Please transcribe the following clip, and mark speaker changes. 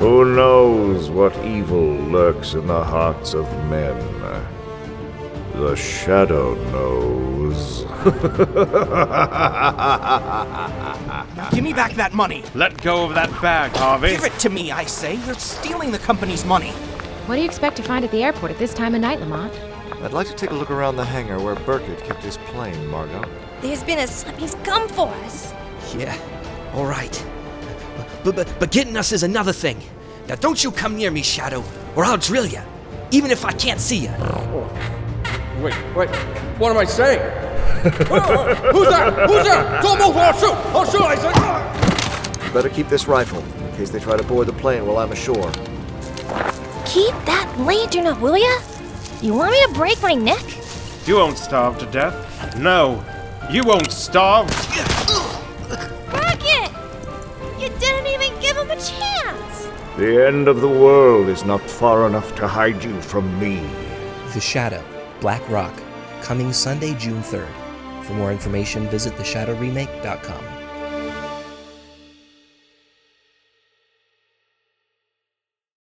Speaker 1: Who knows what evil lurks in the hearts of men? The Shadow knows.
Speaker 2: Give me back that money.
Speaker 3: Let go of that bag, Harvey.
Speaker 2: Give it to me, I say. You're stealing the company's money.
Speaker 4: What do you expect to find at the airport at this time of night, Lamont?
Speaker 5: I'd like to take a look around the hangar where Burkett kept his plane, Margot.
Speaker 6: There's been a slip. He's come for us.
Speaker 7: Yeah, all right. But, but, but getting us is another thing. Now don't you come near me, Shadow, or I'll drill you, even if I can't see you.
Speaker 8: Wait, wait. What am I saying? Who's that? Who's that? Don't move! I'll shoot! I'll shoot! I say.
Speaker 5: Better keep this rifle in case they try to board the plane while I'm ashore.
Speaker 6: Keep that lantern up, will ya? You want me to break my neck?
Speaker 3: You won't starve to death. No, you won't starve.
Speaker 6: Rocket! You didn't even give him a chance!
Speaker 1: the end of the world is not far enough to hide you from me.
Speaker 9: The Shadow, Black Rock, coming Sunday, June 3rd. For more information, visit theshadowremake.com.